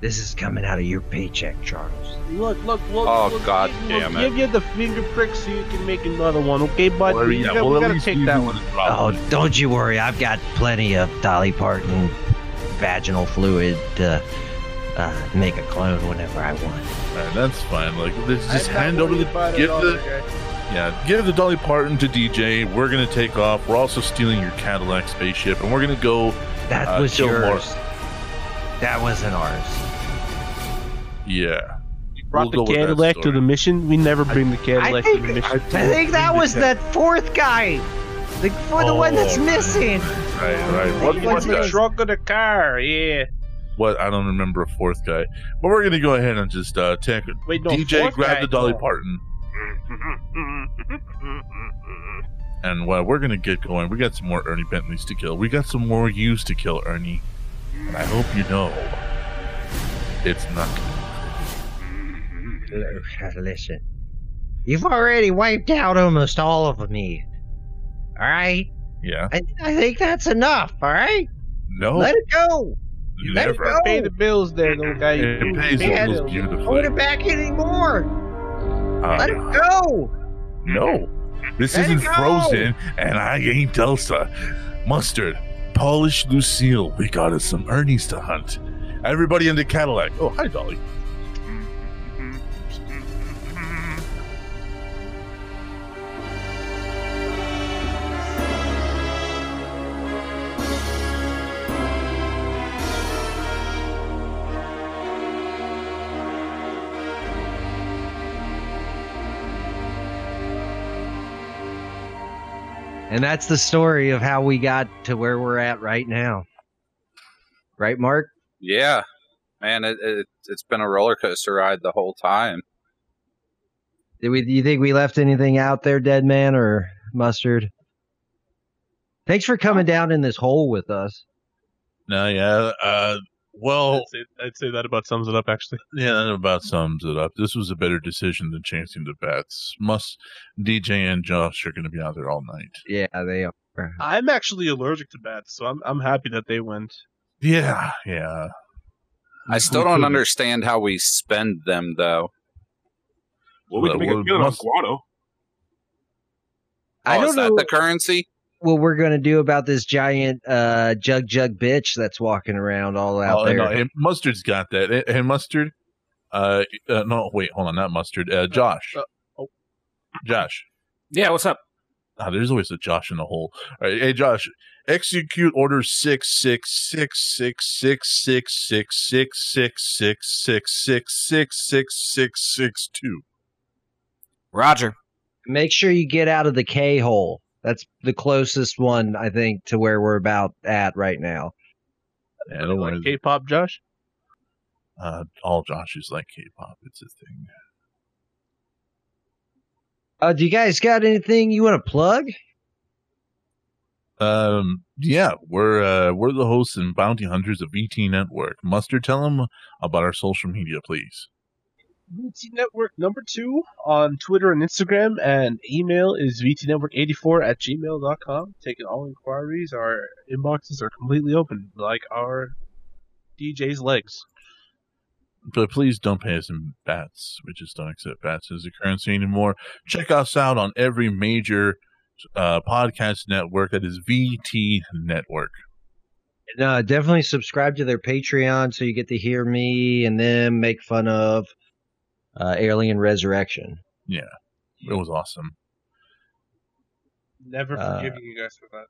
Speaker 1: This is coming out of your paycheck, Charles.
Speaker 5: Look, look, look.
Speaker 2: Oh,
Speaker 5: look,
Speaker 2: God
Speaker 5: give,
Speaker 2: damn
Speaker 5: we'll
Speaker 2: it.
Speaker 5: Give you the finger prick so you can make another one, okay, bud?
Speaker 4: Or,
Speaker 5: you
Speaker 4: yeah,
Speaker 5: got,
Speaker 4: well,
Speaker 5: we
Speaker 4: at
Speaker 5: gotta
Speaker 4: least
Speaker 5: take
Speaker 4: you
Speaker 5: that
Speaker 4: can
Speaker 5: one.
Speaker 1: Oh,
Speaker 4: acknowledge it.
Speaker 1: don't you worry. I've got plenty of Dolly Parton vaginal fluid to uh, make a clone whenever I want.
Speaker 4: Alright, that's fine. Like, let's
Speaker 5: I'm
Speaker 4: just
Speaker 5: not
Speaker 4: hand over
Speaker 5: worried
Speaker 4: the
Speaker 5: about it
Speaker 4: give
Speaker 5: at all,
Speaker 4: the
Speaker 5: okay?
Speaker 4: yeah give the Dolly Parton to DJ. We're gonna take off. We're also stealing your Cadillac spaceship, and we're gonna go.
Speaker 1: That
Speaker 4: Uh,
Speaker 1: was
Speaker 4: kill
Speaker 1: yours.
Speaker 4: Morris.
Speaker 1: That wasn't ours.
Speaker 4: Yeah, We'll
Speaker 5: Brought the
Speaker 4: go with that
Speaker 5: Cadillac to
Speaker 4: story.
Speaker 5: the mission. We never bring the Cadillac to
Speaker 1: think-
Speaker 5: the mission.
Speaker 1: I think that was that fourth guy. The, for the one that's
Speaker 4: Oh, right.
Speaker 1: missing.
Speaker 4: right, right.
Speaker 5: What
Speaker 4: What,
Speaker 5: was
Speaker 4: what,
Speaker 5: the
Speaker 4: guy?
Speaker 5: trunk of the car? Yeah.
Speaker 4: what? I don't remember a fourth guy, but we're gonna go ahead and just uh, take
Speaker 5: Wait, no.
Speaker 4: DJ
Speaker 5: fourth
Speaker 4: grab
Speaker 5: guy,
Speaker 4: the Dolly
Speaker 5: no.
Speaker 4: Parton. And well, we're gonna get going. We got some more Ernie Bentleys to kill. We got some more yous to kill, Ernie. And I hope you know it's not.
Speaker 1: Listen, you've already wiped out almost all of me. All right,
Speaker 4: Yeah.
Speaker 1: I, I think that's enough. All right,
Speaker 4: No.
Speaker 1: let it go. Let it
Speaker 4: never.
Speaker 1: go.
Speaker 5: Pay the bills there, little guy. You
Speaker 4: It
Speaker 5: do
Speaker 4: pays the
Speaker 5: pay
Speaker 1: Man,
Speaker 4: bills
Speaker 5: them.
Speaker 1: Hold
Speaker 4: beautifully.
Speaker 1: it back anymore.
Speaker 4: Uh,
Speaker 1: Let it go.
Speaker 4: no. This
Speaker 1: Let it
Speaker 4: isn't
Speaker 1: go.
Speaker 4: Frozen, and I ain't Elsa. Mustard, Polish Lucille. We got us some Ernies to hunt. Everybody in the Cadillac. Oh, hi, Dolly.
Speaker 1: And that's the story of how we got to where we're at right now. Right, Mark?
Speaker 2: Yeah, man, it, it it's been a roller coaster ride the whole time.
Speaker 1: Did we? Do you think we left anything out there, Dead Man or Mustard? Thanks for coming down in this hole with us.
Speaker 4: No, yeah. Uh, well,
Speaker 5: I'd say, I'd say that about sums it up, actually.
Speaker 4: Yeah, that about sums it up. This was a better decision than chasing the bats. Must DJ and Josh are going to be out there all night.
Speaker 1: Yeah, they are.
Speaker 5: I'm actually allergic to bats, so I'm, I'm happy that they went.
Speaker 4: Yeah, yeah.
Speaker 2: I still [laughs] don't understand how we spend them though.
Speaker 8: Well, we can
Speaker 4: Well,
Speaker 8: make a
Speaker 4: we'll
Speaker 8: killing on
Speaker 4: must-
Speaker 8: Guado.
Speaker 2: Oh,
Speaker 1: I
Speaker 2: is
Speaker 1: don't
Speaker 2: that
Speaker 1: know
Speaker 2: the currency?
Speaker 1: what we're gonna do about this giant uh, jug jug bitch that's walking around all out
Speaker 4: Oh,
Speaker 1: there.
Speaker 4: no, and Mustard's got that. And, and Mustard, uh, uh, no, wait, hold on, not Mustard. Uh, Josh.
Speaker 5: uh, oh.
Speaker 4: Josh.
Speaker 8: Yeah, what's up?
Speaker 4: Ah, there's always a Josh in the hole. All right, hey, Josh, execute order six six six six six six six six six six six six six six six six two.
Speaker 3: Roger.
Speaker 1: Make sure you get out of the K hole. That's the closest one I think to where we're about at right now.
Speaker 4: Yeah, don't worry.
Speaker 5: Like K-pop, Josh.
Speaker 4: Uh, all Josh is like K-pop. It's a thing.
Speaker 1: Uh, do you guys got anything you want to plug?
Speaker 4: Um, yeah, we're uh, we're the hosts and bounty hunters of ET Network. Mustard, tell them about our social media, please.
Speaker 5: VT Network number two on Twitter and Instagram, and email is vtnetwork84 at gmail.com. Taking all inquiries. Our inboxes are completely open, like our DJ's legs.
Speaker 4: But please don't pay us in bats. We just don't accept bats as a currency anymore. Check us out on every major uh, podcast network that is VT Network.
Speaker 1: No, definitely subscribe to their Patreon so you get to hear me and them make fun of uh, Alien Resurrection.
Speaker 4: It was awesome.
Speaker 5: Never
Speaker 1: Uh,
Speaker 5: forgiving you guys for that.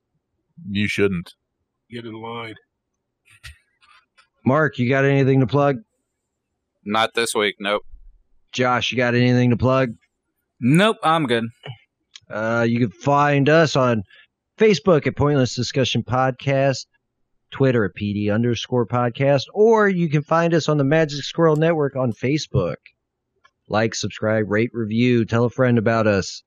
Speaker 4: You shouldn't.
Speaker 8: Get in line.
Speaker 1: Mark, you got anything to plug?
Speaker 2: Not this week. Nope.
Speaker 1: Josh, you got anything to plug?
Speaker 3: Nope, I'm good.
Speaker 1: Uh, you can find us on Facebook at Pointless Discussion Podcast, Twitter at PD underscore podcast, or you can find us on the Magic Squirrel Network on Facebook. Like, subscribe, rate, review, tell a friend about us.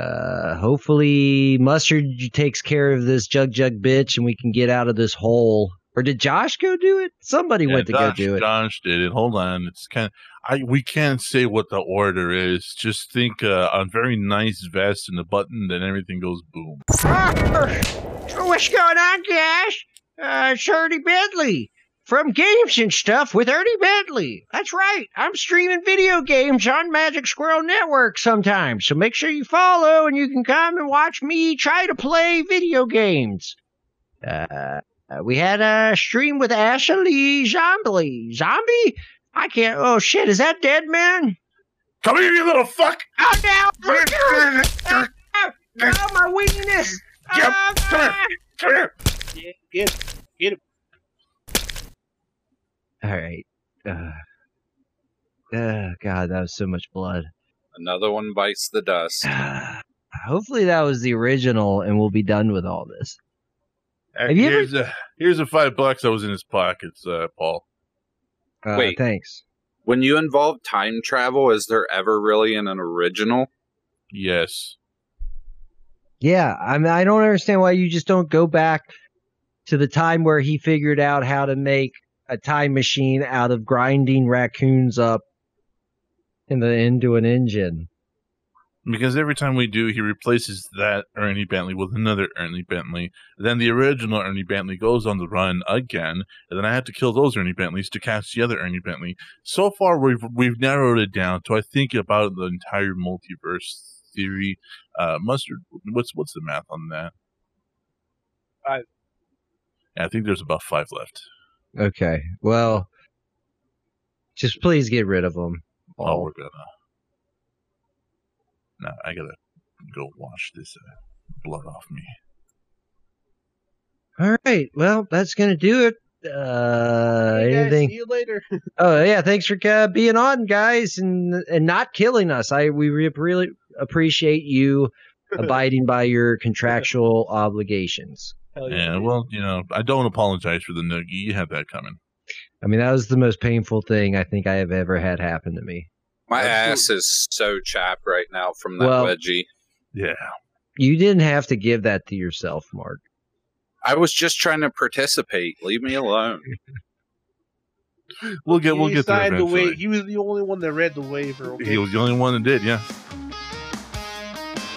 Speaker 1: Uh, hopefully, Mustard takes care of this jug jug bitch and we can get out of this hole. Or did Josh go do it? Somebody
Speaker 4: Yeah,
Speaker 1: went to
Speaker 4: Josh,
Speaker 1: go do it.
Speaker 4: Josh did it. Hold on, it's kind of I. We can't say what the order is. Just think uh, a very nice vest and a button, then everything goes boom.
Speaker 7: So what's going on, guys? Uh, it's Ernie Bentley from Games and Stuff with Ernie Bentley. That's right. I'm streaming video games on Magic Squirrel Network sometimes, so make sure you follow and you can come and watch me try to play video games. Uh, uh, we had a stream with Ashley Zombie. Zombie? I can't. Oh shit! Is that Dead Man?
Speaker 4: Come here, you little fuck!
Speaker 7: Oh no! Oh, my weakness!
Speaker 4: Yep,
Speaker 1: Ah,
Speaker 7: Oh,
Speaker 4: come here. Come here.
Speaker 5: Yeah, get
Speaker 1: All right. Uh, uh, God, that was so much blood. Ah,
Speaker 2: Another one bites the dust.
Speaker 1: Hopefully that was the original and we'll be done with all this. Have you ever-
Speaker 4: here's a here's a five bucks that was in his pockets, uh, Paul.
Speaker 1: Uh,
Speaker 2: Wait.
Speaker 1: Thanks.
Speaker 2: When you involve time travel, is there ever really in an original?
Speaker 4: Yes.
Speaker 1: Yeah, I mean, I don't understand why you just don't go back to the time where he figured out how to make a time machine out of grinding raccoons up in the into an engine.
Speaker 4: Because every time we do, he replaces that Ernie Bentley with another Ernie Bentley. Then the original Ernie Bentley goes on the run again, and then I have to kill those Ernie Bentleys to catch the other Ernie Bentley. So far, we've we've narrowed it down to I think about the entire multiverse theory. Uh, Mustard, what's what's the math on that?
Speaker 5: Five.
Speaker 4: Yeah, I think there's about five left.
Speaker 1: Okay, well, just please get rid of them.
Speaker 4: Oh, we're gonna. No, I gotta go wash this uh, blood off me.
Speaker 1: All right, well, that's gonna do it. Uh, anything?
Speaker 5: See you later. [laughs]
Speaker 1: Oh yeah, thanks for uh, being on, guys, and and not killing us. I we re- really appreciate you abiding by your contractual obligations.
Speaker 5: Hell
Speaker 4: Yeah, well, you know, I don't apologize for the noogie. You have that coming.
Speaker 1: I mean, that was the most painful thing I think I have ever had happen to me.
Speaker 2: My
Speaker 5: Absolutely.
Speaker 2: ass is so chapped right now from that
Speaker 1: Well-
Speaker 2: wedgie.
Speaker 4: Yeah.
Speaker 1: You didn't have to give that to yourself, Mark.
Speaker 2: I was just trying to participate. Leave me alone.
Speaker 4: We'll get we'll
Speaker 5: He
Speaker 4: get there
Speaker 5: signed the wa-
Speaker 4: eventually.
Speaker 5: He was the only one that read the waiver. Okay?
Speaker 4: He was the only one that did, yeah.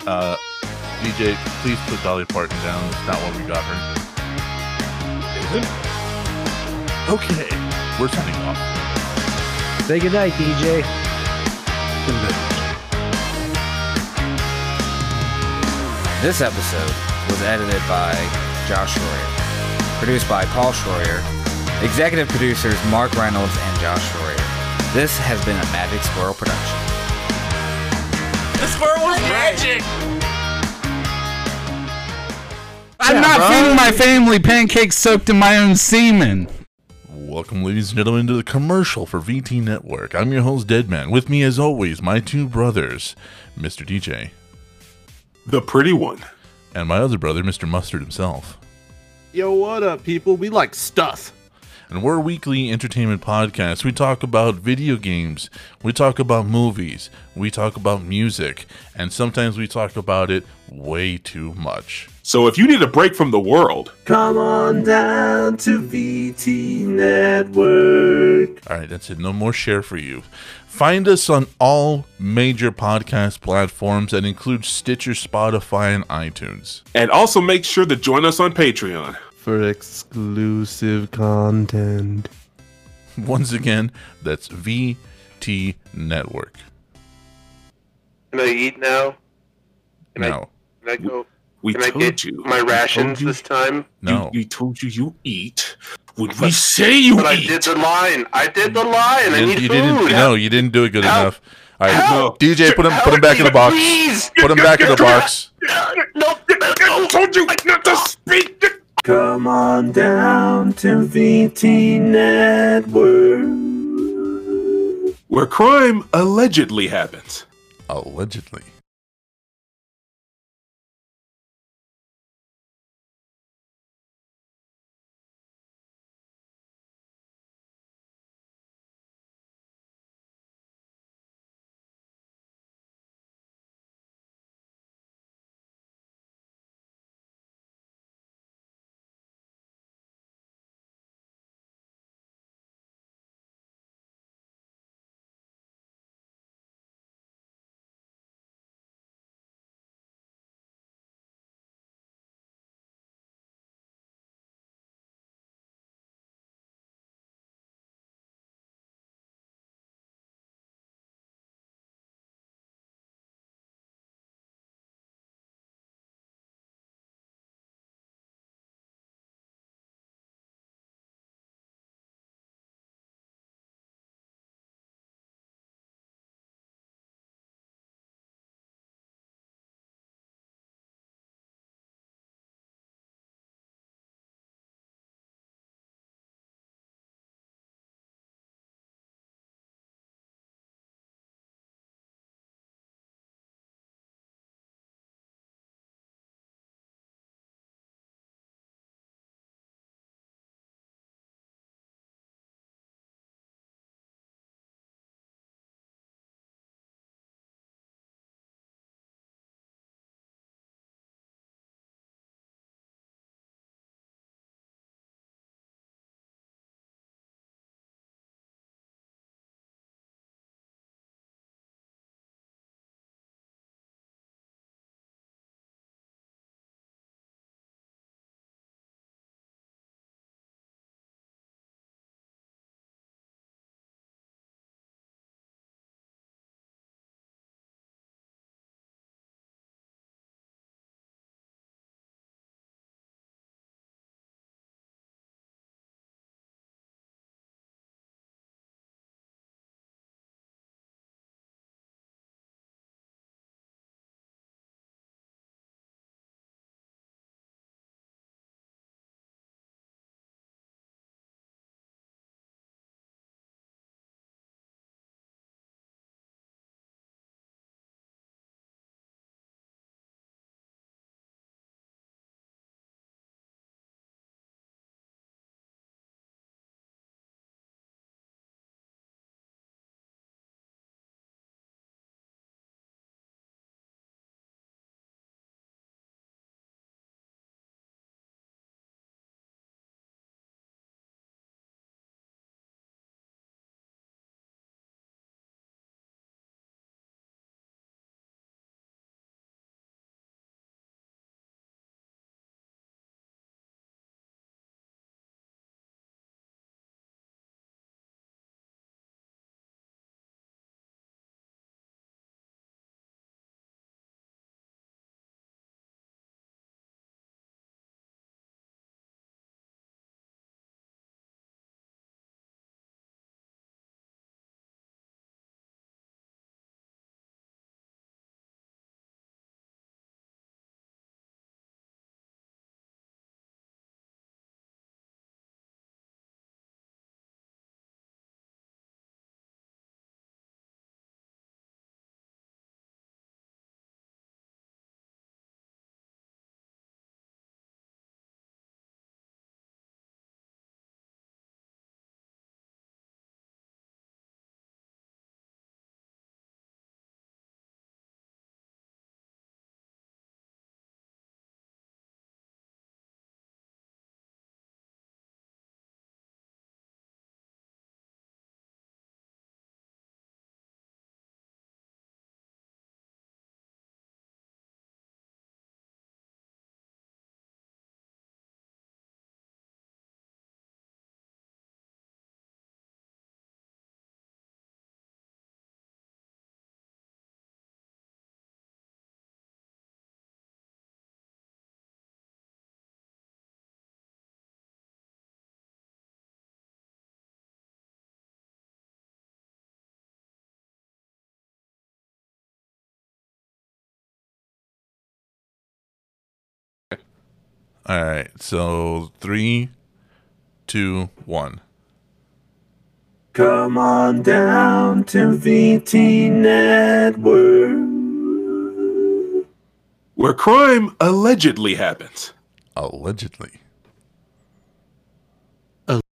Speaker 4: Uh DJ, please put Dolly Parton down. It's not what we got her. Okay. We're signing off.
Speaker 1: Say goodnight, DJ.
Speaker 9: This episode was edited by Josh Schroyer, produced by Paul Schroyer, executive producers Mark Reynolds and Josh Schroyer. This has been a Magic Squirrel production.
Speaker 10: The squirrel was magic.
Speaker 9: I'm not feeding my family pancakes soaked in my own semen.
Speaker 4: Welcome, ladies and gentlemen, to the commercial for VT Network. I'm your host, Deadman. With me, as always, my two brothers, Mr. DJ,
Speaker 8: The pretty one.
Speaker 4: and my other brother, Mr. Mustard himself.
Speaker 8: Yo, what up, people? We like stuff.
Speaker 4: and we're a weekly entertainment podcast. We talk about video games, we talk about movies, we talk about music, and sometimes we talk about it way too much.
Speaker 8: So if you need a break from the world,
Speaker 4: All right, that's it. No more share for you. Find us on all major podcast platforms that include Stitcher, Spotify, and iTunes.
Speaker 8: and also make sure to join us on Patreon.
Speaker 10: For exclusive content.
Speaker 4: Once again, that's VT Network.
Speaker 10: Can I eat now? Can I-
Speaker 4: No,
Speaker 10: Can I go?
Speaker 8: We
Speaker 10: Can I
Speaker 8: told
Speaker 10: get
Speaker 8: you.
Speaker 10: my
Speaker 8: We
Speaker 10: rations
Speaker 8: told you-
Speaker 10: this time?
Speaker 4: no.
Speaker 8: You, we told you you eat when we say you
Speaker 10: But I
Speaker 8: eat.
Speaker 10: did the line. I did the line. I
Speaker 4: You
Speaker 10: need
Speaker 4: didn't- you
Speaker 10: food.
Speaker 4: didn't. No, you didn't do it good
Speaker 10: Help.
Speaker 4: enough. All right,
Speaker 10: Help.
Speaker 4: DJ, put him put
Speaker 10: Help
Speaker 4: him back in
Speaker 10: me,
Speaker 4: the box.
Speaker 10: Please.
Speaker 4: Put him back in the box.
Speaker 10: No.
Speaker 8: I told you not to speak.
Speaker 10: Come on down to VT Network.
Speaker 8: Where crime allegedly happens.
Speaker 4: Allegedly. All right. So three, two, one.
Speaker 11: Come on down to VT Network.
Speaker 8: Where crime allegedly happens.
Speaker 4: Allegedly.